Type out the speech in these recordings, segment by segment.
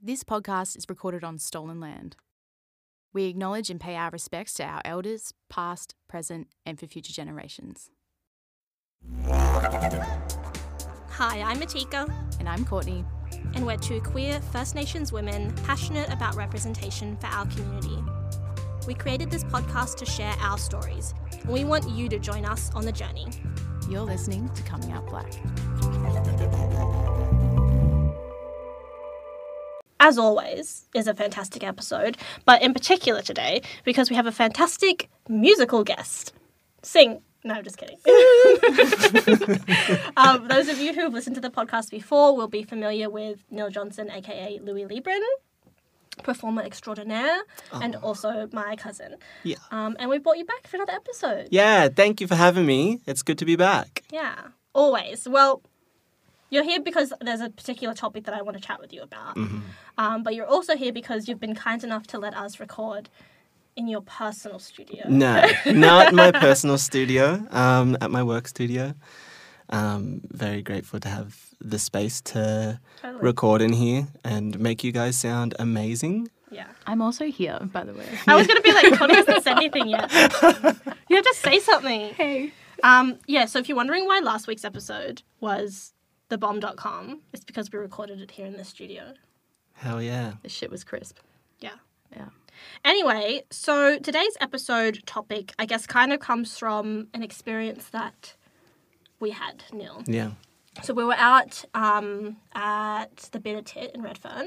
This podcast is recorded on stolen land. We acknowledge and pay our respects to our elders, past, present, and for future generations. Hi, I'm Atika, And I'm Courtney. and we're two queer First Nations women passionate about representation for our community. We created this podcast to share our stories, and we want you to join us on the journey. You're listening to Coming Out Black. As always, is a fantastic episode, but in particular today because we have a fantastic musical guest. Sing. No, I'm just kidding. um, those of you who have listened to the podcast before will be familiar with Neil Johnson, aka Louis Libran, performer extraordinaire, and also my cousin. Yeah. Um, and we brought you back for another episode. Yeah, thank you for having me. It's good to be back. Yeah, always. Well, you're here because there's a particular topic that I want to chat with you about. Um, but you're also here because you've been kind enough to let us record in your personal studio. No, not my personal studio, um, at my work studio. Um, very grateful to have the space to Totally. record in here and make you guys sound amazing. Yeah. I'm also here, by the way. I was going to be like, Connie hasn't said anything yet. You have to say something. Hey. Um, yeah, so if you're wondering why last week's episode was thebomb.com, it's because we recorded it here in the studio. Hell yeah. The shit was crisp. Yeah. Yeah. Anyway, so today's episode topic, I guess, kind of comes from an experience that we had, Neil. Yeah. So we were out um, at the Bitter Tit in Redfern,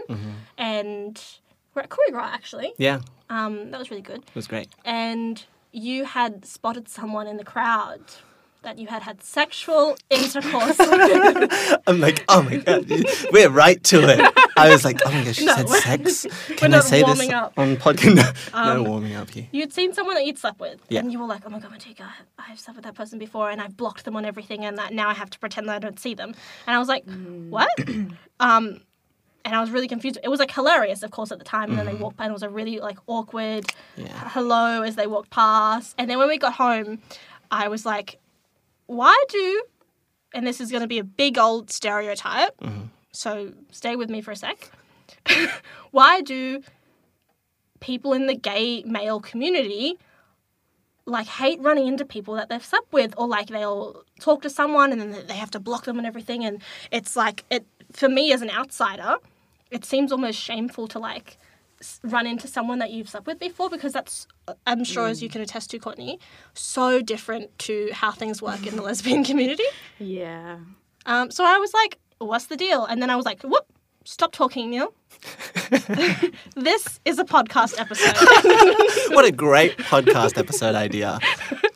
and we're at Koorigra actually. Yeah, Um, that was really good. it was great. And you had spotted someone in the crowd that you had had sexual intercourse with. I'm like, oh my god, we're right to it. I was like, oh my gosh, she No, said we're- sex. Can I not say this warming up. Um, on podcast? No, no warming up here. You'd seen someone that you'd slept with, Yeah. and you were like, "Oh my god, Matika, I've slept with that person before, and I've blocked them on everything, and that now I have to pretend that I don't see them." And I was like, "What?" um, and I was really confused. It was like hilarious, of course, at the time. And then they walked by, and it was a really like awkward Mm-hmm. Yeah. hello as they walked past. And then when we got home, I was like, "Why do?" And this is going to be a big old stereotype, Mm-hmm. so stay with me for a sec. Why do people in the gay male community like hate running into people that they've slept with or like they'll talk to someone and then they have to block them and everything and it's like it for me as an outsider it seems almost shameful to like s- run into someone that you've slept with before because that's i'm sure as you can attest to courtney so different to how things work in the lesbian community Yeah. um, so i was like what's the deal and then i was like whoop stop talking neil this is a podcast episode What a great podcast episode idea.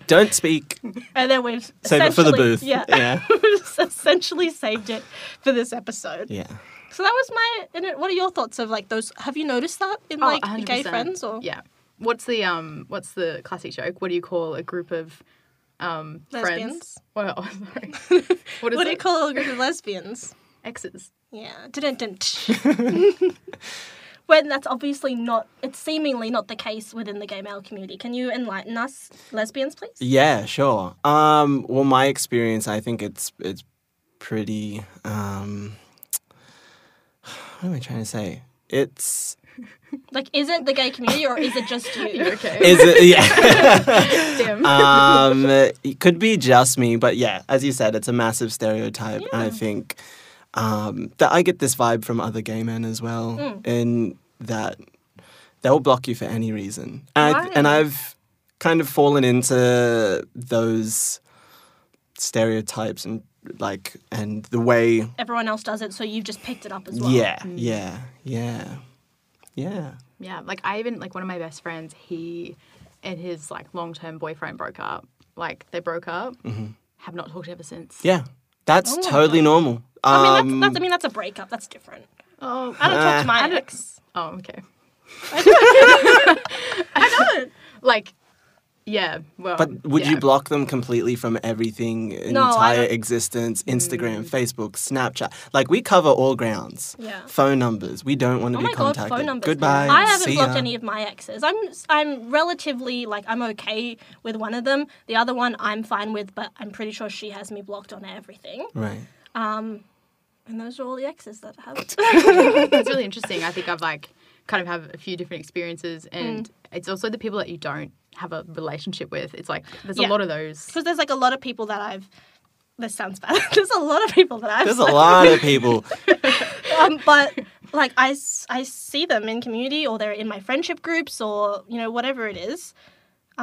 Don't speak. And then we've Save it for the essentially- booth. Yeah, Yeah. we've essentially saved it for this episode. Yeah. So that was my. and it- What are your thoughts of like those? Have you noticed that Oh, in Oh, like gay friends or yeah what's the um what's the classic joke what do you call a group of um Lesbians? friends well oh, sorry what is what do it you call a group of lesbians? exes Yeah, didn't didn't. When that's obviously not, it's seemingly not the case within the gay male community. Can you enlighten us, lesbians, please? Yeah, sure. Um, well, my experience, I think it's it's pretty. Um, what am I trying to say? It's Like, is it the gay community or is it just you? okay is it yeah. damn um, it could be just me, but yeah, as you said, it's a massive stereotype, and I think um, that I get this vibe from other gay men as well, Mm. in that they'll block you for any reason, and, I, and Right. I've kind of fallen into those stereotypes and like and the way, Everyone else does it, so you've just picked it up as well. Mm. yeah, yeah, yeah, yeah. yeah like i even like one of my best friends he and his like long-term boyfriend broke up like they broke up have not talked ever since Mm-hmm. Yeah, that's Oh my totally normal. I mean, Um, uh, that's, that's, I mean, that's a breakup. That's different. oh I don't talk to my I don't- ex. oh okay I don't. like yeah well But would you yeah. block them completely from everything, Um, No, I entire don't- Mm. existence, Instagram, Facebook, Snapchat? Like we cover all grounds. Yeah. Phone numbers. We don't want to Oh be my god, contacted. phone numbers. Goodbye. I haven't see blocked ya. any of my exes. I'm I'm relatively like I'm okay with one of them. The other one I'm fine with, but I'm pretty sure she has me blocked on everything. Right. And those are all the exes that I have. It's really interesting. I think I've like kind of have a few different experiences, Mm. and it's also the people that you don't have a relationship with. It's like there's Yeah. a lot of those. Because there's like a lot of people that I've. This sounds bad. there's a lot of people that I've. There's a lot of people. um, but like I, s- I see them in community or they're in my friendship groups or you know whatever it is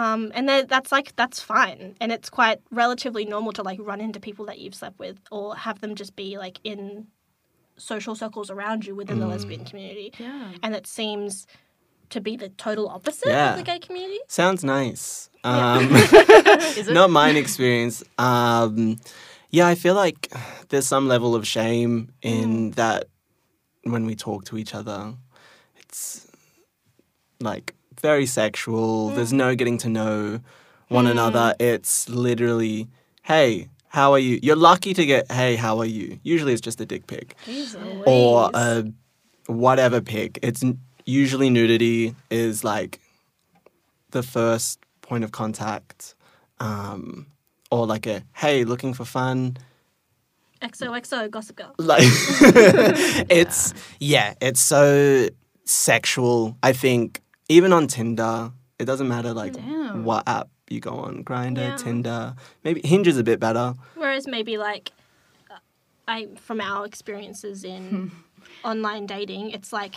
um, and that- that's like that's fine and it's quite relatively normal to like run into people that you've slept with or have them just be like in social circles around you within the lesbian community Yeah. and it seems to be the total opposite Yeah. of the gay community Sounds nice. Um, Is it? not mine experience. Um, yeah, I feel like there's some level of shame Mm. in that when we talk to each other, it's like very sexual. There's Mm. no getting to know one another. It's literally, hey, how are you? You're lucky to get, hey, how are you? Usually it's just a dick pic or uh, a whatever pic. It's n- usually nudity is like the first point of contact, um, or like a hey, looking for fun. xoxo gossip girl Like it's yeah, it's so sexual. I think even on Tinder, it doesn't matter like Damn. what app you go on, Grinder, Yeah. Tinder, maybe Hinge is a bit better. Whereas maybe like uh, I from our experiences in online dating, it's like,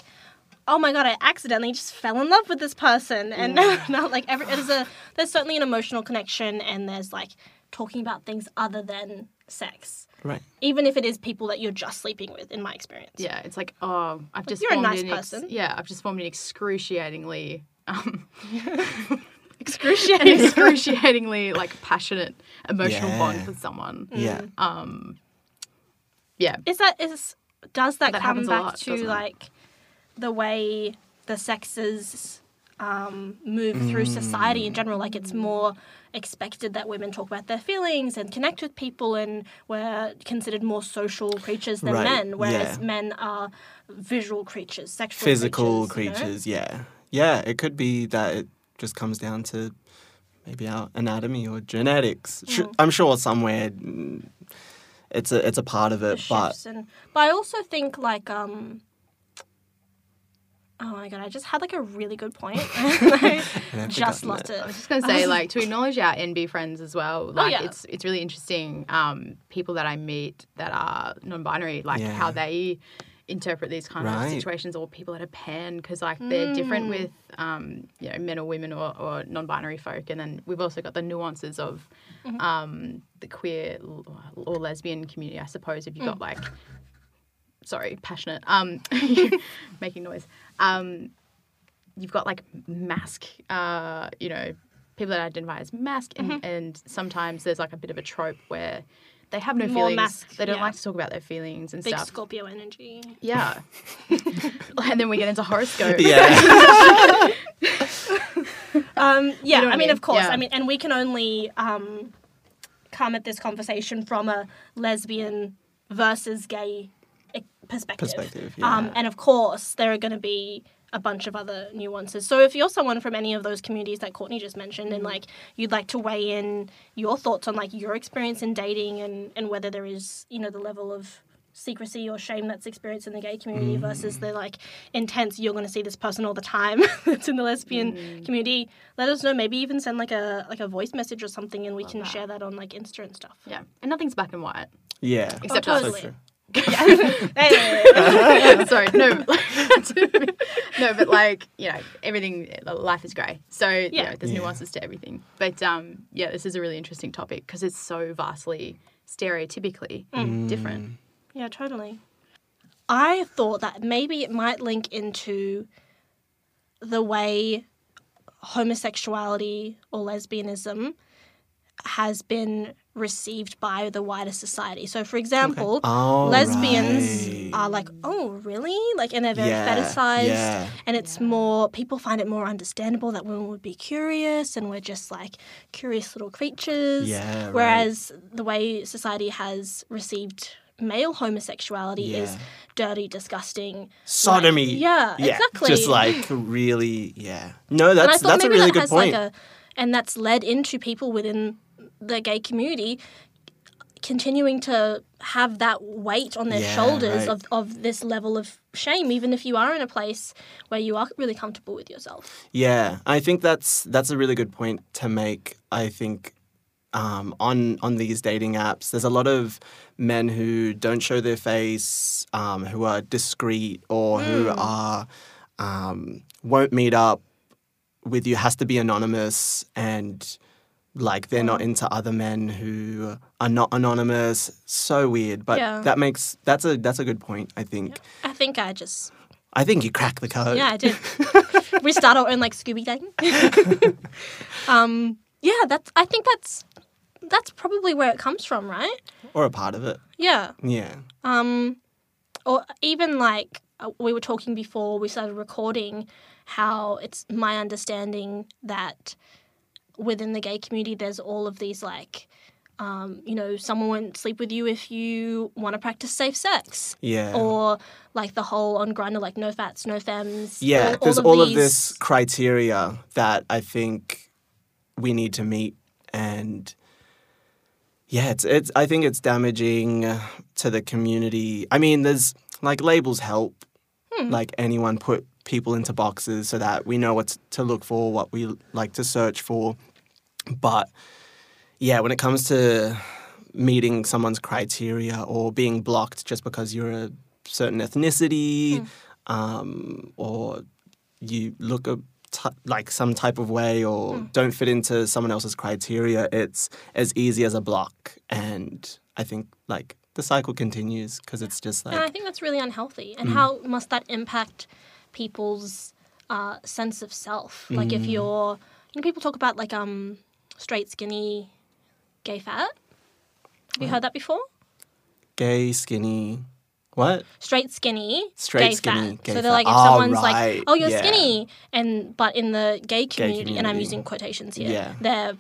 oh my god, I accidentally just fell in love with this person, and not like every there's a there's certainly an emotional connection, and there's like talking about things other than sex, Right. even if it is people that you're just sleeping with. In my experience, Yeah, it's like oh, I've just you're a formed nice an ex- person. yeah, I've just formed an excruciatingly um, an excruciating. excruciatingly like passionate emotional Yeah. Mm. bond with someone. Yeah. Yeah, is that is does that, That come happens a back lot, to doesn't it? like the way the sexes um, move through society Mm. in general like it's more expected that women talk about their feelings and connect with people and we're considered more social creatures than Right, men whereas yeah. men are visual creatures sexual physical creatures, you know? creatures, yeah. Yeah, it could be that it just comes down to maybe our anatomy or genetics. Sh I'm sure somewhere mm, it's a it's a part of it, but shifts and but I also think like um oh my god I just had like a really good point and I And I've just forgotten lost it I was just gonna say, like, to acknowledge our NB friends as well. Like, yeah. it's it's really interesting. Um, people that I meet that are non-binary, like Yeah. how they interpret these kind Right. Mm. of situations, or people that are pan, because like they're different with um, you know, men or women or, or non-binary folk, and then we've also got the nuances of um, the queer l- or lesbian community. I suppose if you got like, sorry, passionate, um, making noise. Um, you've got like mask, uh, you know, people that identify as mask, and, Mm-hmm. and sometimes there's like a bit of a trope where they have no More feelings. mask, they don't yeah. like to talk about their feelings and big stuff. Scorpio energy Yeah. and then we get into horoscopes. Yeah. Um, yeah, know what I I mean, mean? of course. Yeah. I mean, and we can only um, come at this conversation from a lesbian versus gay eh, perspective. Perspective, Um, yeah. and of course, there are going to be a bunch of other nuances. So if you're someone from any of those communities that Courtney just mentioned, Mm. and like you'd like to weigh in your thoughts on like your experience in dating and and whether there is you know the level of secrecy or shame that's experienced in the gay community Mm. versus the like intense you're going to see this person all the time that's in the lesbian Mm. community let us know maybe even send like a like a voice message or something and we can share that on like insta and stuff Yeah. And nothing's black and white. yeah. Except Oh, us. totally. true. Hey. Sorry, no, no, but like you know, everything uh, life is grey, so yeah, Yeah. there's Yeah. nuances to everything. But um, yeah, this is a really interesting topic because it's so vastly stereotypically Mm. different. Yeah, totally. I thought that maybe it might link into the way homosexuality or lesbianism has been received by the wider society. So, for example, Oh, lesbians right. are like, oh, really? Like, and they're very Yeah, fetishized. yeah. And it's more, people find it more understandable that women would be curious and we're just like curious little creatures. Yeah, right. Whereas the way society has received male homosexuality is Yeah. dirty, disgusting. Sodomy. yeah, exactly. Just like really, yeah. No, And I that's thought that's a maybe really that good has point. like a, and that's led into people within the gay community continuing to have that weight on their Yeah, shoulders right. of, of this level of shame, even if you are in a place where you are really comfortable with yourself. Yeah, I think that's that's a really good point to make. I think um, on on these dating apps, there's a lot of men who don't show their face, um, who are discreet or who Hmm. are um, won't meet up with you. Has to be anonymous and like they're Hmm. not into other men who are not anonymous. So weird, but Yeah. that makes that's a that's a good point. I think. I think I just I think you crack the code. yeah, I did. we start our own like Scooby dating. um, yeah, that's. I think that's that's probably where it comes from, right? or a part of it. Yeah. Yeah. Um, or even like uh, we were talking before we started recording, how it's my understanding that within the gay community, there's all of these like, um, you know, someone won't sleep with you if you want to practice safe sex. Yeah. Or like the whole on grinder, like no fats, no femmes. Yeah, all- there's of all of these- this criteria that I think we need to meet, and yeah, it's it's. I think it's damaging uh, to the community. I mean, there's like labels help, Hmm. like anyone put people into boxes so that we know what to look for, what we like to search for, but yeah, when it comes to meeting someone's criteria or being blocked just because you're a certain ethnicity um, or you look a t- like some type of way or don't fit into someone else's criteria, it's as easy as a block. And I think like the cycle continues because it's just And I like Mm. think that's really unhealthy. And how must that impact people's uh, sense of self? Like Mm. if you're, you know, people talk about like um, straight, skinny, gay, fat. Have you heard that before? gay, skinny. What? Straight, skinny, Straight, gay, skinny, fat. gay, so they're fat. like, if Oh, someone's right. like, "Oh, you're Yeah. skinny," and but in the gay community, and I'm community. using quotations here, Yeah. they're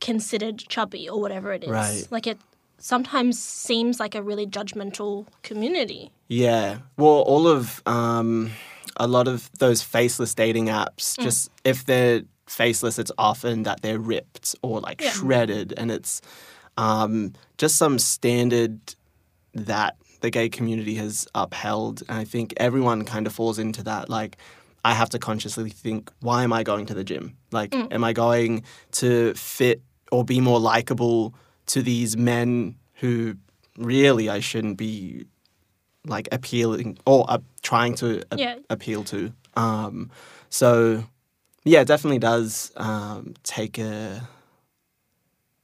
considered chubby or whatever it is. Right. Like it sometimes seems like a really judgmental community. Yeah. Well, all of um, a lot of those faceless dating apps, just if they're faceless, it's often that they're ripped or like Yeah. shredded, and it's um, just some standard that the gay community has upheld. And I think everyone kind of falls into that. Like, I have to consciously think, why am I going to the gym? Like, am I going to fit or be more likable to these men who really I shouldn't be like appealing or uh, trying to a- Yeah. appeal to. Um, so yeah, it definitely does um, take a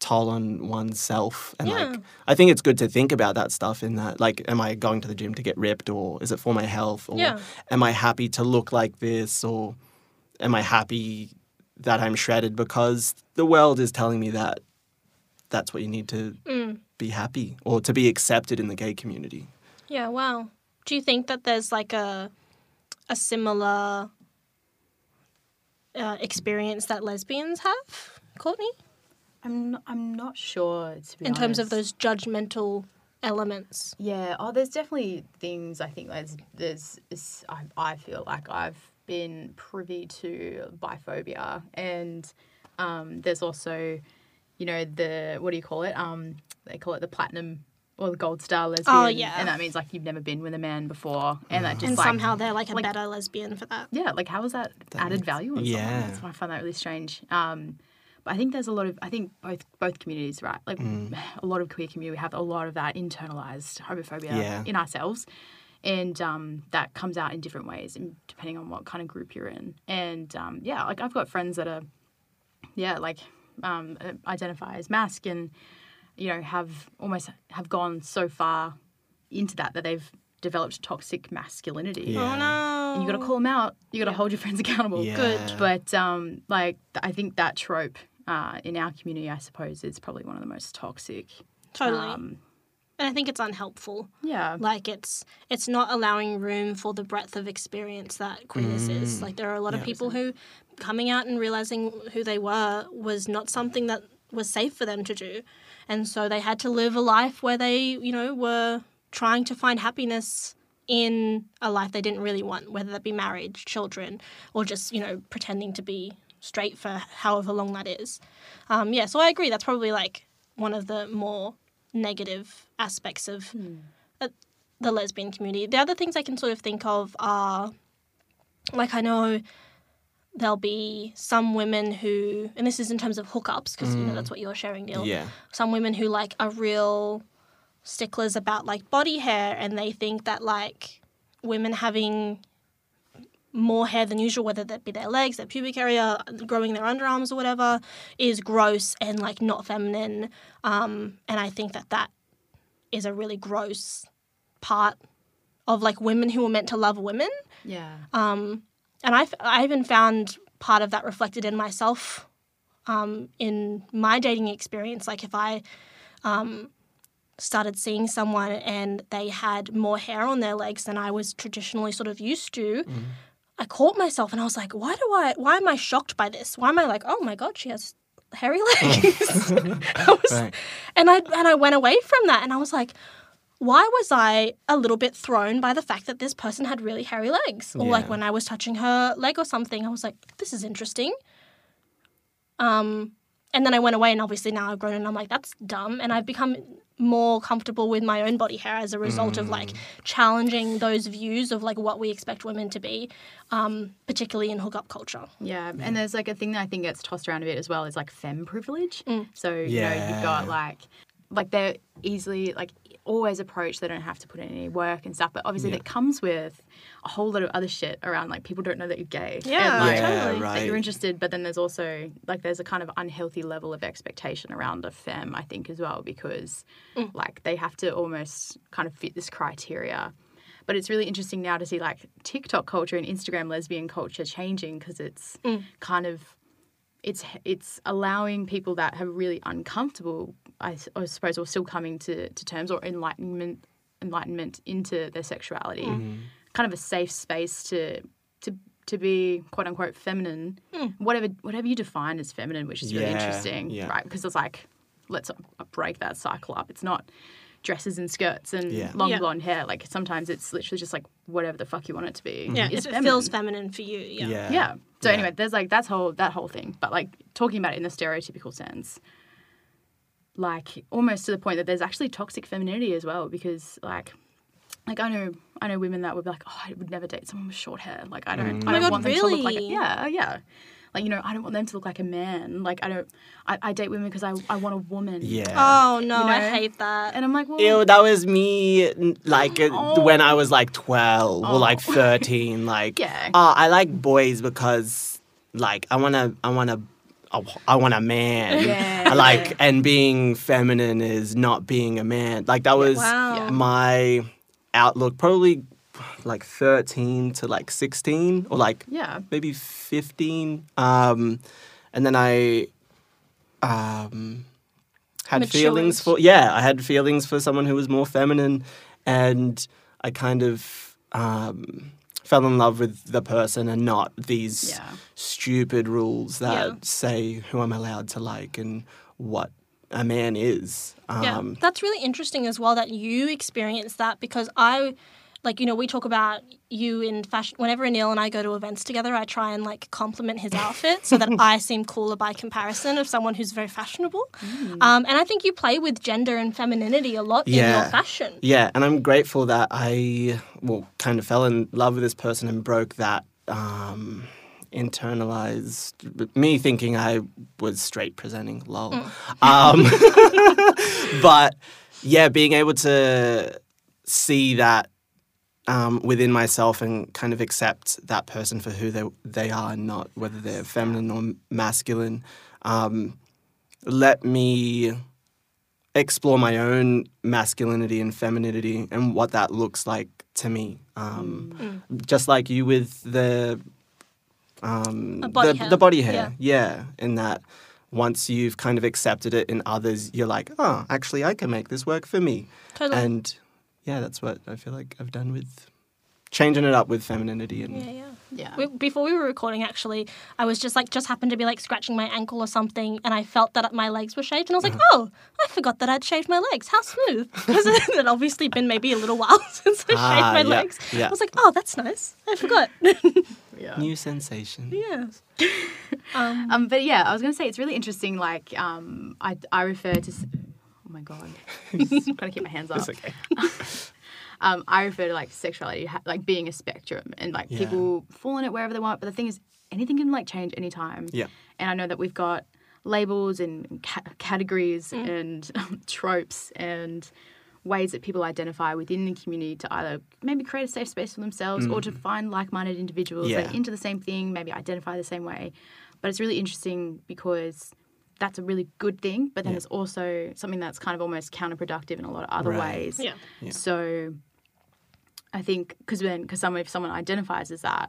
toll on oneself. And Yeah. like, I think it's good to think about that stuff in that, like, am I going to the gym to get ripped or is it for my health? Or Yeah. am I happy to look like this? Or am I happy that I'm shredded because the world is telling me that that's what you need to Mm. be happy or to be accepted in the gay community? Yeah, wow. Do you think that there's like a a similar uh, experience that lesbians have, Courtney, I'm not, I'm not sure to be in terms of honest. those judgmental elements? Yeah. Oh, there's definitely things I think there's there's is- I, I feel like I've been privy to biphobia, and um, there's also, you know, the what do you call it? Um, they call it the platinum or the gold star lesbian. Oh, yeah. And that means like you've never been with a man before, and that just And like somehow they're like a like- better lesbian for that. yeah, like how is that, added value on someone? Yeah. That's why I find that really strange. Um, but I think there's a lot of I think both both communities, right? Like Mm. a lot of queer community, we have a lot of that internalized homophobia Yeah. in ourselves, and um, that comes out in different ways, and depending on what kind of group you're in. And um, yeah, like I've got friends that are, yeah, like um, identify as mask and you know have almost have gone so far into that that they've developed toxic masculinity Yeah. no. and you got to call them out. You got to hold your friends accountable. Good. But um, like th- I think that trope uh, in our community, I suppose, is probably one of the most toxic. Totally. Um, and I think it's unhelpful. yeah. Like it's it's not allowing room for the breadth of experience that queerness is. Like there are a lot of people who coming out and realizing who they were was not something that was safe for them to do, and so they had to live a life where they you know were trying to find happiness in a life they didn't really want, whether that be marriage, children, or just you know pretending to be straight for however long that is. Um, yeah, so I agree. That's probably like one of the more negative aspects of uh, the lesbian community. The other things I can sort of think of are like I know there'll be some women who, and this is in terms of hookups because you know that's what you're sharing, Neil. Yeah. Some women who like are real sticklers about like body hair, and they think that like women having more hair than usual, whether that be their legs, their pubic area, growing their underarms or whatever, is gross and like not feminine. Um, and I think that that is a really gross part of like women who were meant to love women. Yeah. And I, f- I even found part of that reflected in myself um, in my dating experience. Like if I um, started seeing someone and they had more hair on their legs than I was traditionally sort of used to. I caught myself and I was like, why do I, why am I shocked by this? Why am I like, oh my God, she has hairy legs? I was, Right. and I and I went away from that and I was like, why was I a little bit thrown by the fact that this person had really hairy legs? Or like Yeah. when I was touching her leg or something, I was like, this is interesting. Um and then I went away and obviously now I've grown and I'm like, that's dumb. And I've become more comfortable with my own body hair as a result of like challenging those views of like what we expect women to be, um, particularly in hookup culture. Yeah, and there's like a thing that I think gets tossed around a bit as well is like femme privilege. So you know Yeah. you've got like like they're easily like always approached. They don't have to put in any work and stuff, but obviously that comes with a whole lot of other shit around like people don't know that you're gay. Yeah, and, like, Yeah, totally. That you're right. interested, but then there's also like there's a kind of unhealthy level of expectation around a femme, I think, as well, because like they have to almost kind of fit this criteria. But it's really interesting now to see like TikTok culture and Instagram lesbian culture changing because it's kind of it's it's allowing people that are really uncomfortable, I, s- I suppose, or still coming to, to terms or enlightenment enlightenment into their sexuality, Mm-hmm. kind of a safe space to to to be quote unquote feminine, Hmm. whatever whatever you define as feminine, which is really Yeah, interesting, yeah. right? Because it's like let's break that cycle up. It's not dresses and skirts and Yeah. long Yeah. blonde hair. Like sometimes it's literally just like whatever the fuck you want it to Mm-hmm. be. Yeah, is if it feels feminine for you. Yeah. Yeah. yeah. So Yeah. anyway, there's like that's whole that whole thing, but like talking about it in the stereotypical sense, like almost to the point that there's actually toxic femininity as well because like. Like I know, I know women that would be like, "Oh, I would never date someone with short hair. Like Mm. I Oh don't, I my don't God, want them to look like, a, really? yeah, oh, yeah, like you know, I don't want them to look like a man. Like I don't, I, I date women because I, I want a woman. Yeah. Oh no, I know? hate that. and I'm like, well, Ew, that was me n- like uh, Oh. when I was like 12 or like 13 like Yeah. oh I like boys because like I want to I want to I want a man. Yeah. I like and being feminine is not being a man. Like that was Wow. Yeah. my outlook probably like 13 to like 16 or like yeah, maybe 15 um and then i um had Matured. feelings for yeah i had feelings for someone who was more feminine and i kind of um fell in love with the person and not these Yeah. stupid rules that Yeah. say who i'm allowed to like and what a man is um Yeah, that's really interesting as well that you experienced that because I, like, you know, we talk about you in fashion. Whenever Anil and I go to events together, I try and like compliment his outfit so that I seem cooler by comparison of someone who's very fashionable. Mm. Um, and I think you play with gender and femininity a lot in your Yeah. fashion. Yeah, and I'm grateful that I well kind of fell in love with this person and broke that um, internalized me thinking I was straight presenting. Lol. Um, but yeah, being able to see that um, within myself and kind of accept that person for who they they are and not whether they're feminine or masculine. Um, let me explore my own masculinity and femininity and what that looks like to me. Um, Mm. Just like you with the um, A body the, hair. the body hair, yeah. In that, once you've kind of accepted it in others, you're like, oh, actually, I can make this work for me. Totally. And yeah, that's what I feel like I've done with changing it up with femininity and yeah, yeah. yeah, We, before we were recording, actually, I was just like, just happened to be like scratching my ankle or something, and I felt that my legs were shaved, and I was like, Uh-huh. oh, I forgot that I'd shaved my legs. How smooth! Because it had obviously been maybe a little while since I Ah, shaved my yeah, legs. yeah. I was like, oh, that's nice. I forgot. yeah. new sensation. yeah. Um, but yeah, I was going to say it's really interesting. Like, um, I, I refer to, s- oh my god, gotta keep my hands up. It's okay. um, I refer to like sexuality ha- like being a spectrum and like Yeah. people fall in it wherever they want. But the thing is, anything can like change anytime. Yeah. And I know that we've got labels and ca- categories and tropes and ways that people identify within the community to either maybe create a safe space for themselves or to find like-minded individuals that Yeah. are into the same thing, maybe identify the same way. But it's really interesting because that's a really good thing, but then it's also something that's kind of almost counterproductive in a lot of other Right. ways. Yeah. So I think because then because some if someone identifies as that,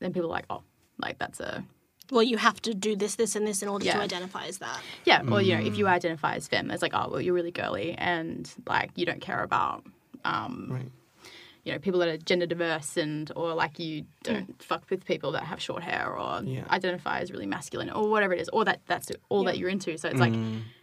then people are like, oh, like that's a Well, you have to do this, this, and this in order to Yeah. identify as that. yeah. Or you know, if you identify as femme, it's like, oh, well, you're really girly and like you don't care about Right. you know people that are gender diverse and or like you don't fuck with people that have short hair or Yeah. identify as really masculine or whatever it is or that that's all that you're into so it's like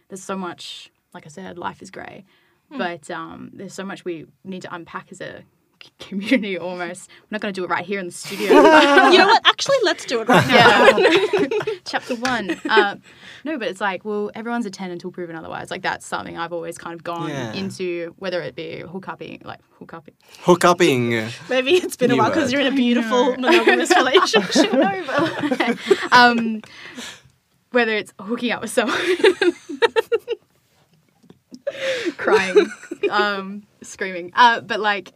there's so much like i said life is gray but um, there's so much we need to unpack as a c- community almost we're not going to do it right here in the studio you know what? Actually, let's do it right now. yeah. Chapter one. Uh, no, but it's like, well, everyone's a 10 until proven otherwise. Like, that's something I've always kind of gone Yeah. into, whether it be hookupping, like hookupping. Hook upping. Maybe it's been a New while because word. you're in a beautiful monogamous relationship. no, but um, whether it's hooking up with someone, crying, um, screaming, uh, but like,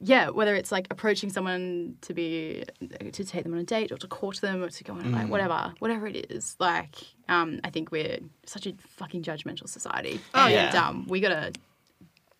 yeah, whether it's like approaching someone to be to take them on a date or to court them or to go on Mm. like whatever, whatever it is, like, um, I think we're such a fucking judgmental society, Oh, and yeah. um, we gotta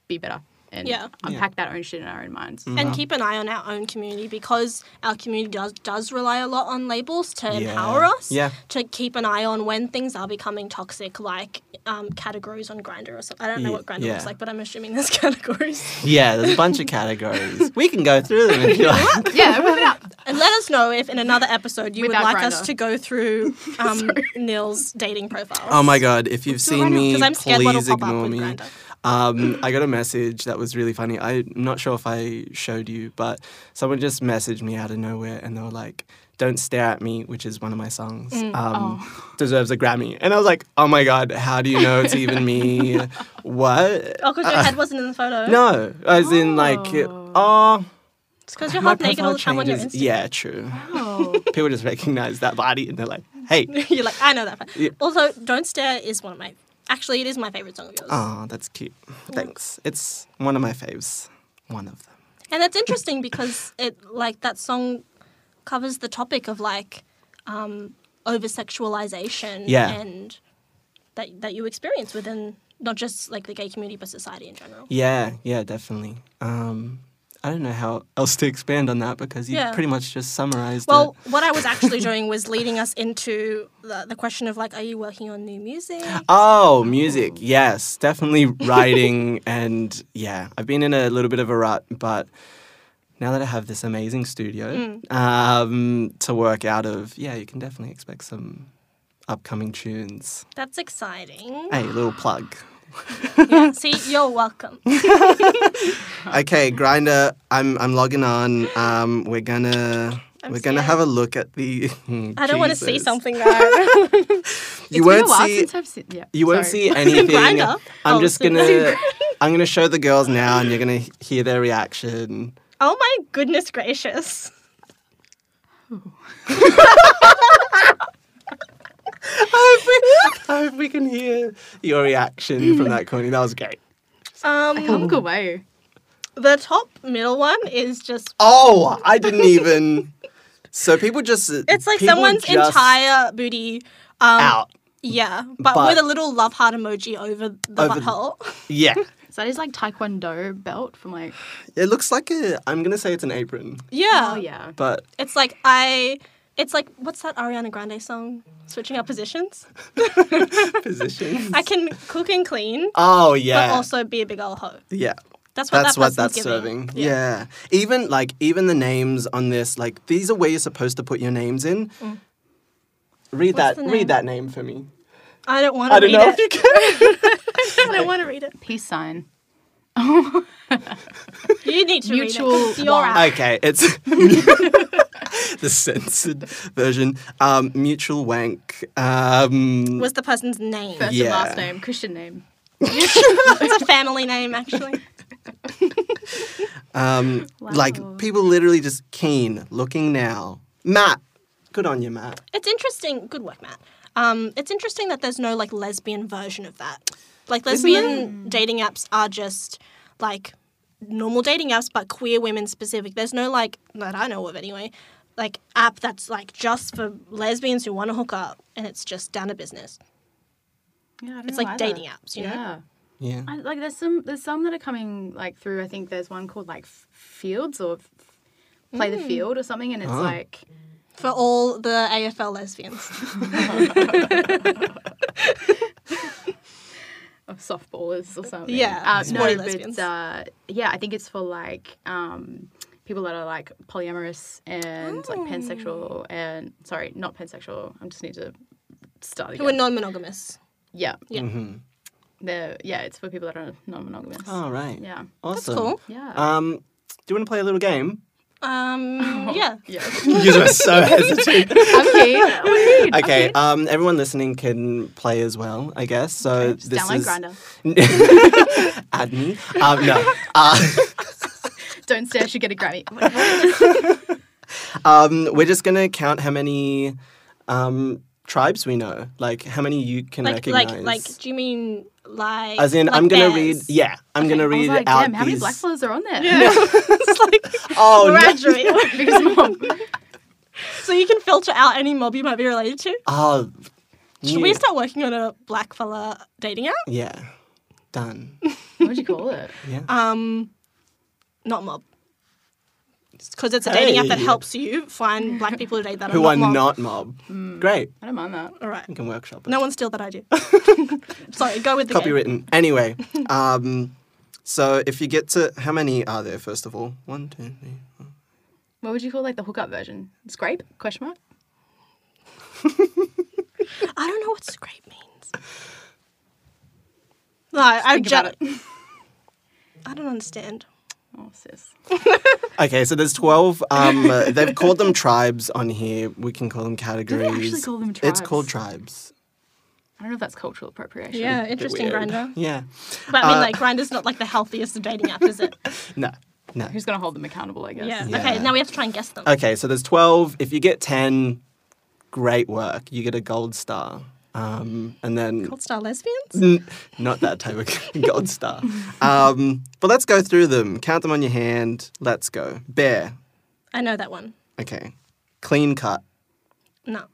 be better and Yeah. Mm. unpack that own shit in our own minds. and Mm-hmm. keep an eye on our own community because our community does does rely a lot on labels to empower us. Yeah. To keep an eye on when things are becoming toxic, like um, categories on Grinder or something. I don't know Ye- what Grinder looks yeah. like, but I'm assuming there's categories. Yeah, there's a bunch of categories. We can go through them if you like. yeah, whip it up. and let us know if in another episode you Without would like Grindr. us to go through um, Nil's dating profile. Oh my god, if you've it right seen now, me, 'cause I'm scared what'll please pop up ignore with me. Grindr. Um, I got a message that was really funny. I'm not sure if I showed you, but someone just messaged me out of nowhere and they were like, Don't Stare at Me, which is one of my songs, Mm, um, oh. deserves a Grammy. And I was like, Oh my god, how do you know it's even me? what? Oh, because your head wasn't in the photo. Uh-uh. No, as in, like, oh, It's because you're my half naked all profile the time on your changes. Instagram. Yeah, true. Oh. People just recognize that body and they're like, Hey, you're like, I know that. part." Also, Don't Stare is one of my. Actually, it is my favorite song of yours. Oh, that's cute. Thanks. It's one of my faves. One of them. And that's interesting because it like that song covers the topic of like um, over sexualization Yeah. and that that you experience within not just like the gay community but society in general. Yeah, yeah, definitely. Um, I don't know how else to expand on that because you Yeah. pretty much just summarized Well, what I was actually doing was leading us into the, the question of like, are you working on new music? it. Oh, music. Yes, definitely writing. and yeah, I've been in a little bit of a rut, but now that I have this amazing studio Mm. um, to work out of, yeah, you can definitely expect some upcoming tunes. That's exciting. Hey, little plug. Yeah, See, you're welcome. Okay, grinder. I'm I'm logging on. Um, we're gonna I'm we're gonna scared. have a look at the. I don't want to see Jesus. something that You It's been won't a while see. since I've seen. Yeah, you won't sorry. see anything. Grindr? I'm Oh, just sorry. gonna. I'm gonna show the girls now, and you're gonna h- hear their reaction. Oh my goodness gracious. I hope we can hear your reaction from that, Courtney. That was great. Um, Come away. the top middle one is just Oh, I didn't even. So people just. It's like people someone's just entire booty. Um, out. Yeah, but, But- with a little love heart emoji over the Over the- butthole. Yeah, So that is like Taekwondo belt from like. it looks like a. I'm gonna say it's an apron, yeah. Oh yeah. but It's like I. It's like what's that Ariana Grande song? Switching up positions. position. I can cook and clean, Oh yeah. but also be a big ol' hoe. yeah. That's what That's that what person's that's giving. serving. Yeah. Even like even the names on this, like these are where you're supposed to put your names in. Read Mm. What's that the name? read that name for me. I don't want I to don't read know it. if you can. I don't want to read it. Peace sign. You need to read Mutual it. You're love. out. okay, it's the censored version. Um, mutual wank. Um, Was the person's name? First Yeah. and last name, Christian name. it's a family name, actually. Um, Like people literally just keen looking now. Matt, good on you, Matt. It's interesting. Good work, Matt. Um, it's interesting that there's no like lesbian version of that. Like lesbian dating apps are just like normal dating apps, but queer women specific. There's no like that I know of anyway. Like app that's like just for lesbians who want to hook up, and it's just down to business. Yeah, I don't It's know like either. dating apps, you know? yeah. Yeah. I, like there's some there's some that are coming like through. I think there's one called like F- Fields or F- Play Mm. the Field or something, and it's Oh. like For all the AFL lesbians, of softballers or something. Yeah, uh, sporty no, lesbians. but uh, yeah, I think it's for like um, people that are like polyamorous and like Oh. pansexual and sorry, not pansexual. I just need to start who are again. non-monogamous. yeah, Yeah, they're- yeah, it's for people that are non-monogamous. All right. Yeah, Awesome. cool. yeah, Um, do you want to play a little game? Um, yeah. yeah. you were so hesitant. I'm keen. I'm keen. Okay, um, everyone listening can play as well, I guess. So Oh, Just this download is Grinder. add me. Um, no. Uh, Don't stare. She get a Grammy. um, we're just gonna count how many um, tribes we know, like how many you can Like, recognize. like, like. Do you mean like? As in, like I'm gonna bears? read. Yeah, I'm gonna I was read like, out damn, these. how many black fellas are on there? it's like oh, no. graduate. because mom, So you can filter out any mob you might be related to. Oh, Should you- we start working on a black fella dating app? Yeah, done. what would you call it? Yeah. Um, not mob. Because it's a dating app that Hey. helps you find black people who date that Who are are not mob. not mob? Great. I don't mind that. All right. We can workshop it. No one steal that idea. Sorry, go with the game. Copywritten. Anyway, um, so if you get to how many are there? First of all, one, two, three. What would you call like the hookup version? Scrape? Question mark. I don't know what scrape means. No, I, Think about just, it. I don't understand. Oh, sis. Okay, so there's 12. Um, uh, they've called them tribes on here. We can call them categories. call them It's called tribes. I don't know if that's cultural appropriation. Yeah, Bit interesting, weird. Grinder. Yeah. But I mean, Uh, like, Grinder's not like the healthiest of dating apps, is it? No, no. Who's gonna hold them accountable? I guess. Yeah. Yeah. Okay, now we have to try and guess them. Okay, so there's 12. If you get 10, great work. You get a gold star. Um, and then Gold Star lesbians? N- not that type of gold star. Um, but let's go through them. Count them on your hand. Let's go. Bear. I know that one. Okay. Clean cut. No,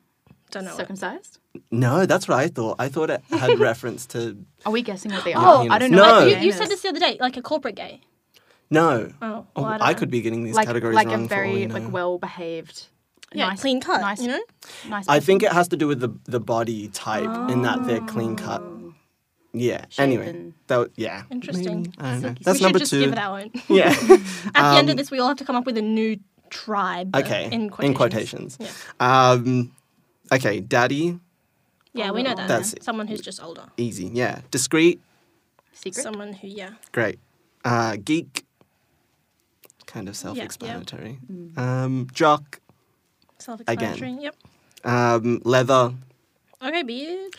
don't know. it. Circumcised? No, that's what I thought. I thought it had reference to. Are we guessing what they Oh, are? Yeah, I don't yeah. know. No. what You, the you name said is. this the other day, like a corporate gay. No. Oh, Oh, well, I, don't I know. could be getting these like categories like wrong. a for all very we know. like well behaved. Yeah, nice, clean cut. Nice, You know, nice. I think it has to do with the the body type in that they're clean cut. Yeah. Anyway, Shapen. that w- yeah. Oh. interesting. I don't know. Silky. That's we should number just two. give it our own. yeah. At the end of this, we all have to come up with a new tribe. okay. In quotations. Yeah. Um, okay. Daddy. Yeah, we know that. That's- someone who's just older. Easy. Yeah. Discreet. Secret. Someone who, yeah. Great. Uh, geek. Kind of self-explanatory. Mm. Um, jock. Self-explanatory. Yep. Um, leather. Okay, bitch.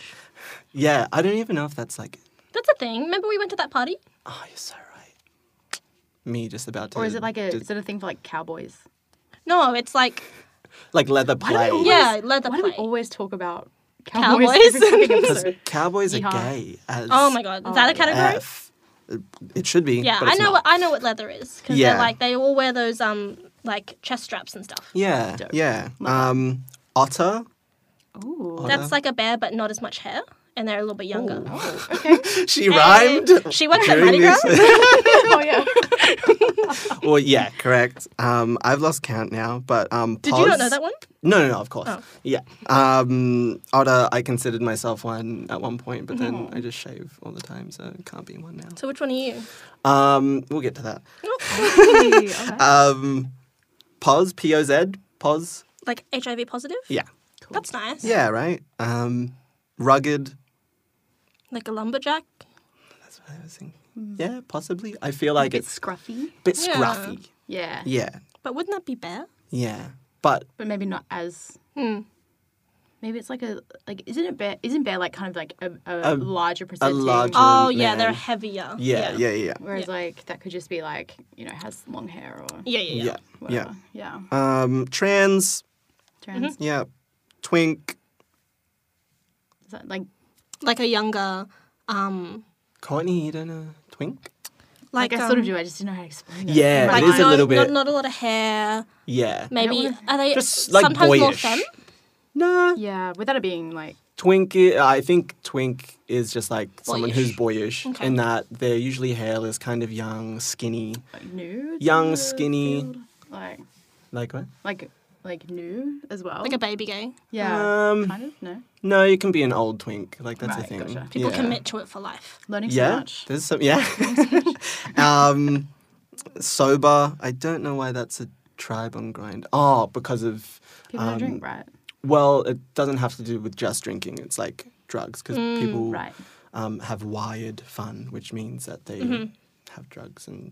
Yeah. I don't even know if that's like. That's a thing. Remember we went to that party? Oh, you're so right. Me just about to. or is it like a d- is it a thing for like cowboys? No, it's like like leather do we play? always- yeah, leather Why do we play. always talk about Cowboys? cowboys? every fucking Because episode? cowboys are Yeehaw. gay. As Oh my god, is Oh, that a category? F. It should be. Yeah, but I it's know. not. What, I know what leather is because Yeah. they're like they all wear those um like chest straps and stuff. Yeah, Dope. yeah. Um, otter. Ooh. Otter. That's like a bear, but not as much hair, and they're a little bit younger. she rhymed. Hey, She works at Mardi during Gras. this. oh yeah. well, yeah, correct. Um, I've lost count now, but um, Did you not know pause- that one? No, no, no. Of course. Oh. Yeah. Um, otter. I considered myself one at one point, but then Mm-hmm. I just shave all the time, so I can't be one now. So which one are you? Um, we'll get to that. Um, pause. P O Z. Pause. Like HIV positive? Yeah. That's nice. Yeah. Right. Um, rugged. Like a lumberjack. That's what I was thinking. Yeah, possibly. I feel like It's it's scruffy. a bit Hmm. Yeah. scruffy. Yeah. Yeah, But wouldn't that be bear? yeah. But But maybe not as maybe it's like a like isn't it bear isn't bear like kind of like a, a, A- larger percentage larger- Oh yeah, they're man. heavier. Yeah, yeah, yeah, yeah. whereas Yeah. like that could just be like you know has long hair or yeah, yeah. Yeah. whatever yeah, Um, trans, trans yeah. Twink, is that like Like a younger, um, Courtney, you don't know Twink? like, like I um, sort of do I just didn't know how to explain it Yeah, My Like it is a no- little bit. Not, not a lot of hair. yeah. Maybe Yeah, are they Just like sometimes boyish. more femme? Nah. yeah without it being like Twink, i- I think twink is just like someone who's boyish Okay. in that they're usually hairless, kind of young, skinny. new to Young, the skinny. field? like Like what? like like new as well Like a baby gang. yeah Um, kind of no No, you can be an old twink. Like that's Right, a thing. gotcha. People yeah. commit to it for life. learning yeah, so much there's some. Yeah. um, sober. I don't know why that's a tribe on grind. Oh, because of. people don't drink um, right Well, it doesn't have to do with just drinking. It's like drugs because Mm, people right um, have wired fun, which means that they Mm-hmm. have drugs and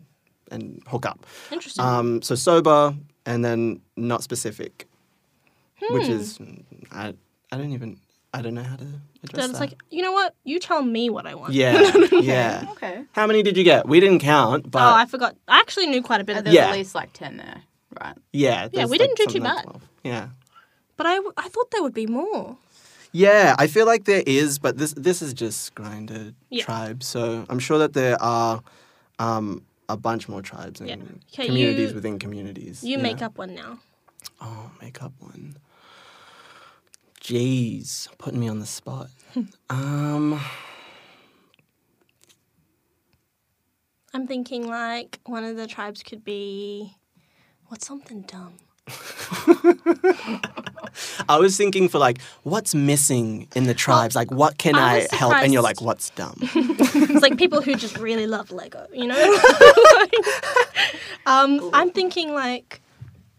and hook up. Interesting. Um, so sober and then not specific, which Hmm. is I I don't even I don't know how to address Then it's that. like, you know what? You tell me what I want. yeah, yeah. okay How many did you get? We didn't count, but oh, I forgot. I actually knew quite a bit Uh, of there's this. uh, Yeah. at least like 10 there right yeah, there's, we didn't do too something like bad. 12. Yeah, But I, I thought there would be more. yeah. I feel like there is, but this this is just grinder Yeah. tribe. So I'm sure that there are um, a bunch more tribes and Yeah. Okay, communities you- within communities. You know? make up one now. Oh, make up one. Jeez, putting me on the spot. um, I'm thinking like one of the tribes could be what's something dumb? I was thinking for like, what's missing in the tribes? Like, what can I I, was help? And you're surprised. like, what's dumb? It's like people who just really love Lego, you know? um, I'm thinking like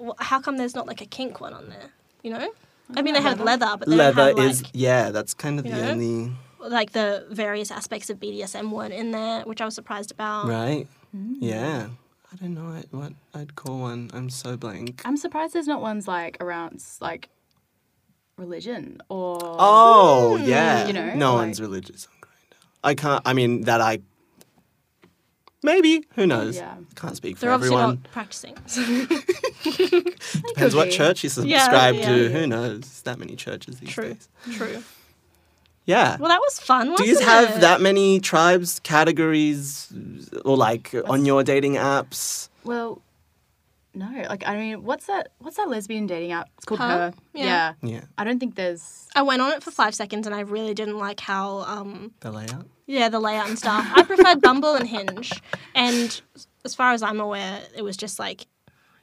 wh- how come there's not like a kink one on there, you know? I mean, they have leather, but they Leather don't have like, is yeah, that's kind of You the know? only like the various aspects of BDSM weren't in there, which I was surprised about. right. Mm. Yeah, I don't know what, what I'd call one. I'm so blank. i'm surprised there's not ones like around s- like religion or Oh yeah, You know, no like- one's religious on Grindr. I can't. I mean, that I maybe who knows? Yeah. Can't speak They're for obviously everyone. not practicing. Depends what be. church you subscribe to. Who knows? There's that many churches these True. days. True. Yeah. Well, that was fun. Do Wasn't you have it? that many tribes, categories, or like on your dating apps? well no like i mean what's that what's that lesbian dating app it's called Her? her, Yeah. Yeah. i don't think there's I went on it for five seconds and I really didn't like how, um, The layout? yeah, the layout and stuff. I preferred Bumble and Hinge. And as far as I'm aware, it was just like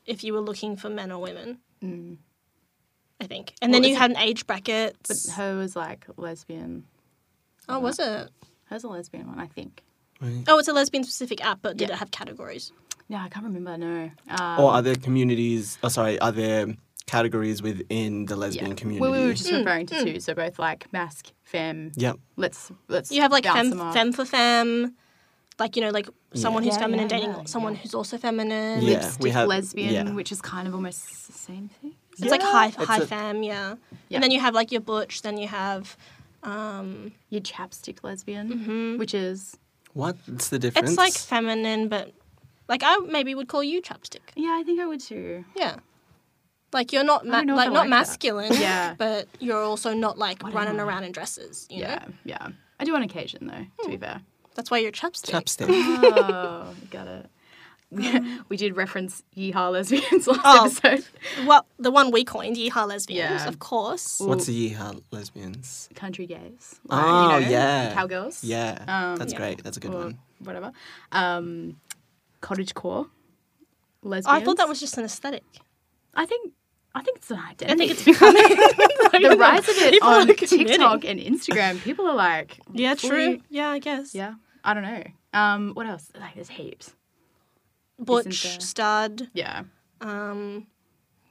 if you were looking for men or women. Mm. I think. And Well, then you it's- had an age bracket. but her was like lesbian Oh, was it? her's a lesbian one i think Right. Oh, it's a lesbian specific app, but did Yeah. it have categories? no i can't remember no um, or are there communities? Oh, sorry. Are there categories within the lesbian community? well, we were just referring to two so both like mask femme yep. let's let's You have like bounce femme, them off. femme for femme, like, you know, like someone who's Yeah, feminine yeah, dating yeah, someone yeah. who's also feminine. Yeah, we lipstick have- lesbian, yeah. which is kind of almost the same thing. It's like high, It's high a- femme, yeah. Yeah. And then you have like your butch, then you have. Um, Your chapstick lesbian, which is What's the difference? It's like feminine, but like I maybe would call you chapstick. yeah, I think I would too. Yeah. Like you're not ma- don't know if like I not like that. masculine, Yeah. but you're also not like What running am I? around in dresses. You Yeah, know? yeah. Hmm. I do on occasion though. To be fair. That's why you're chapstick. chapstick. Oh, got it. we did reference yeehaw lesbians last Oh. episode. well, the one we coined, yeehaw lesbians, Yeah. of course. What's a yeehaw lesbians? Country gays. like, Oh Uh, you know, yeah. Cowgirls. Yeah. Um, That's Yeah. great. That's a good Or one. whatever. Um, cottage core. Lesbians. I thought that was just an aesthetic. I think. I think it's an identity. I think it's becoming the rise of it People on are committing. TikTok and Instagram. People are like, Yeah, fully- true. Yeah, I guess. Yeah, I don't know. Um, what else? Like, there's heaps. there- Butch, stud, Yeah, um,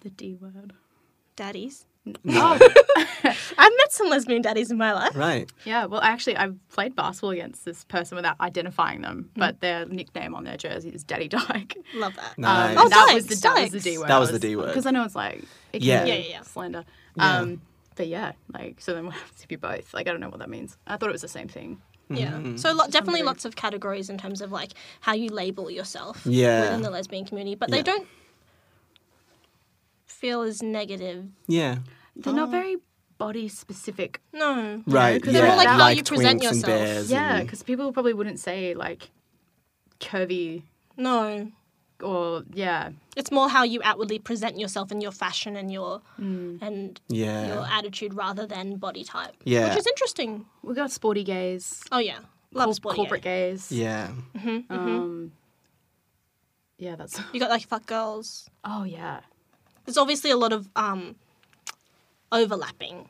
the D word. daddies. Oh, I've met some lesbian daddies in my life. Right. yeah. Well, actually, I've played basketball against this person without identifying them, Hmm. but their nickname on their jersey is Daddy Dyke. Love that. Nice. Oh, and Um, that was the Dykes, that was the Dykes. D word. That was the D word. Because I know it's like it Yeah. can be Yeah, yeah, yeah. slander. Yeah. Um, but yeah, like so then we'll have to be both. Like I don't know what that means. I thought it was the same thing. Yeah. Mm-hmm. So lo- definitely lots of categories in terms of like how you label yourself Yeah. within the lesbian community, but they Yeah. don't feel as negative. Yeah. They're not very body specific. No. Right. 'cause yeah. they're more like how you present twinks and yourself. bears Yeah, and- because people probably wouldn't say like curvy No. or yeah. It's more how you outwardly present yourself and your fashion and your and your Mm. yeah. attitude rather than body type. Yeah. Which is interesting. We got sporty gays, Oh yeah. Love cor- sporty corporate gay. gays. Yeah. Um, yeah, that's You got like fuck girls. oh yeah. There's obviously a lot of um overlapping.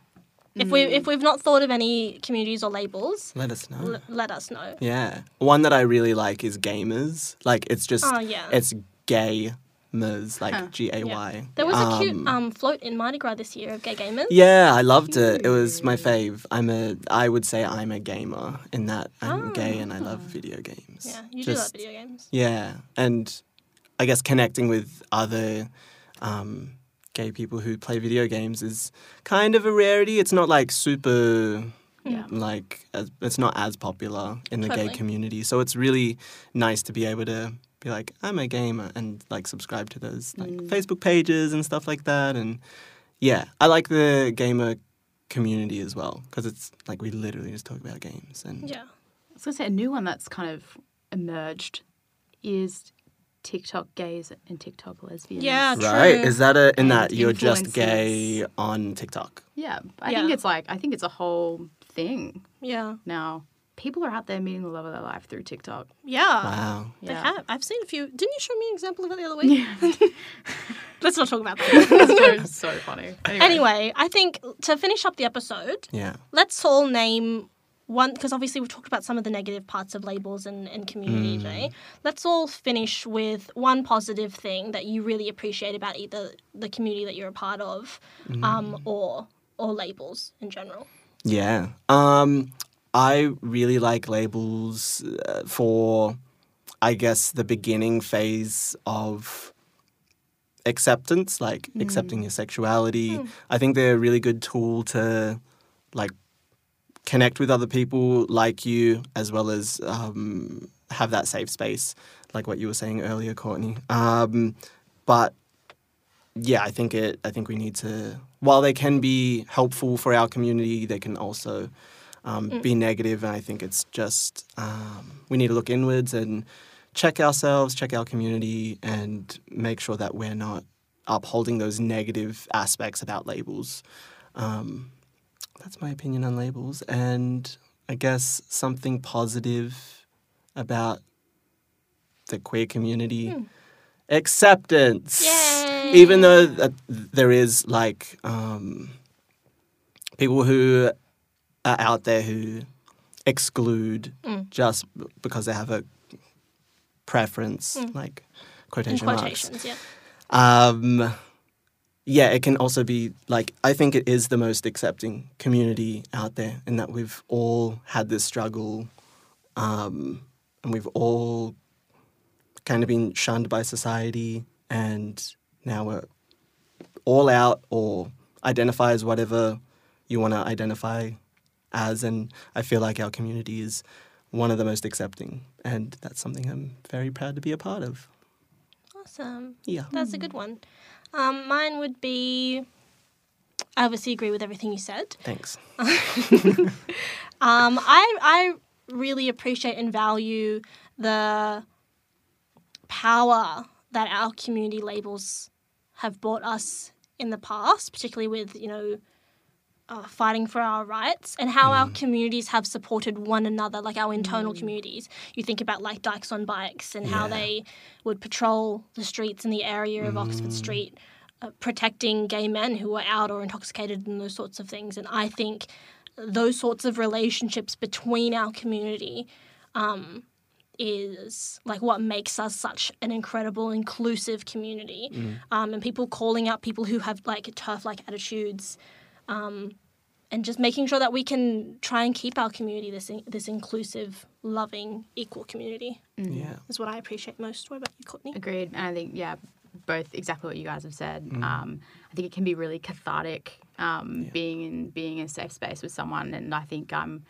If Mm. we if we've not thought of any communities or labels, Let us know. l- let us know. Yeah. One that I really like is gamers. Like it's just Oh, yeah. it's gamers, like G A Y. There was a cute um, float in Mardi Gras this year of gay gamers. Yeah, I loved it. It was my fave. I'm a I would say I'm a gamer in that I'm gay and I love video games. Oh. Yeah, you Just- do love video games. Yeah. And I guess connecting with other um, gay people who play video games is kind of a rarity. It's not like super Yeah. like as, it's not as popular in the Totally. gay community. So it's really nice to be able to be like, I'm a gamer and like subscribe to those like Mm. Facebook pages and stuff like that. And yeah, I like the gamer community as well because it's like we literally just talk about games and Yeah. I was gonna say a new one that's kind of emerged is TikTok gays and TikTok lesbians. Yeah, true. right is that a And in that you're just influencers. gay on TikTok? yeah. I Yeah. think it's like I think it's a whole thing yeah. now. People are out there meeting the love of their life through TikTok. Uh, Yeah. Wow. They Yeah. have. I've seen a few. Didn't you show me an example of it the other week? Let's not talk about that. It's so, so funny. Anyway. anyway, I think to finish up the episode, Yeah. let's all name one because obviously we've talked about some of the negative parts of labels and, and community today let's all finish with one positive thing that you really appreciate about either the community that you're a part of um, or or labels in general Yeah. Um, I really like labels uh, for, I guess, the beginning phase of acceptance, like accepting your sexuality. I think they're a really good tool to, like, connect with other people like you, as well as um, have that safe space, like what you were saying earlier, Courtney. Um, but yeah, I think it. I think we need to. While they can be helpful for our community, they can also um, be negative, and I think it's just um, we need to look inwards and check ourselves, check our community, and make sure that we're not upholding those negative aspects about labels. Um, that's my opinion on labels, and I guess something positive about the queer community acceptance. Hmm. Yay. Even though that there is like um, people who are out there who exclude Hmm. just b- because they have a preference, like Hmm. in quotation marks. quotations yeah Um, yeah, it can also be like I think it is the most accepting community out there, in that we've all had this struggle, um, and we've all kind of been shunned by society, and now we're all out or identify as whatever you want to identify as, and I feel like our community is one of the most accepting, and that's something I'm very proud to be a part of. awesome Yeah. that's a good one um, mine would be i obviously agree with everything you said Thanks. Um, I I really appreciate and value the power that our community labels have brought us in the past, particularly with you know uh, fighting for our rights and how our communities have supported one another, like our internal communities. You think about like Dykes on Bikes and how Yeah. they would patrol the streets in the area of Oxford Street, uh, protecting gay men who were out or intoxicated and those sorts of things. And I think those sorts of relationships between our community um, is like what makes us such an incredible inclusive community um, and people calling out people who have like turf like attitudes um, and just making sure that we can try and keep our community this in- this inclusive loving equal community Yeah. is what i appreciate most what about you courtney Agreed. And I think, yeah, both exactly what you guys have said. Um, I think it can be really cathartic um, being in being in a safe space with someone, and I think um,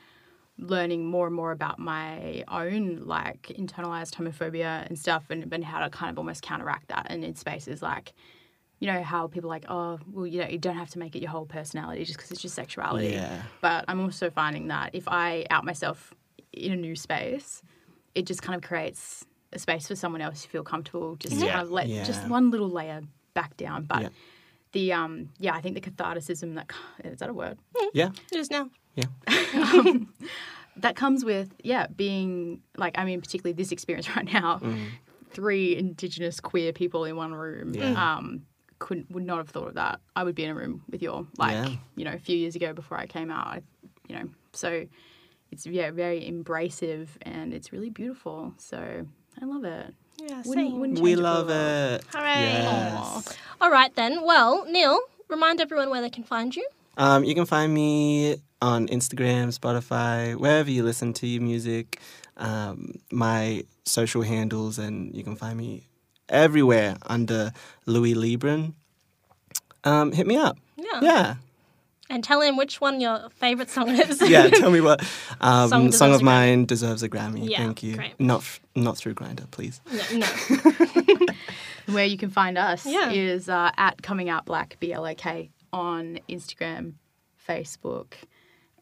I'm learning more and more about my own like internalized homophobia and stuff, and, and how to kind of almost counteract that. And in spaces like, you know, how people are like, oh, well, you know, you don't have to make it your whole personality just because it's your sexuality. Yeah. But I'm also finding that if I out myself in a new space, it just kind of creates a space for someone else to feel comfortable just to Yeah. kind of let Yeah. just one little layer back down but Yeah. the um yeah i think the catharticism that c- is that a word Yeah. Just now. Yeah. that comes with yeah being like i mean particularly this experience right now Mm. three indigenous queer people in one room Yeah. Mm. um couldn't would not have thought of that i would be in a room with your like Yeah. you know a few years ago before i came out I, you know so it's yeah very embracive and it's really beautiful so i love it Yeah, Wouldn't- same. wouldn't We change it for the love world. it. Hooray. Yes. All right then. Well, Neil, remind everyone where they can find you. Um, you can find me on Instagram, Spotify, wherever you listen to your music. Um, my social handles, and you can find me everywhere under Louis Libran. Um, hit me up. Yeah. Yeah. And tell him which one your favorite song is. Yeah. Tell me what um, Song song, deserves a of Grammy. mine deserves a Grammy. Yeah, Thank you. great. Not f- not through Grinder, please. no, no. where you can find us Yeah. is uh, at coming out black blok on instagram facebook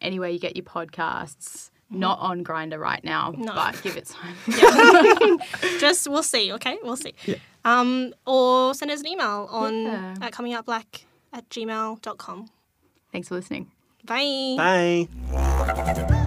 anywhere you get your podcasts not on grinder right now No. but give it time Just we'll see. Okay, we'll see. Um, or send us an email on Yeah. at comingoutblack at gmail.com. thanks for listening Bye. Bye.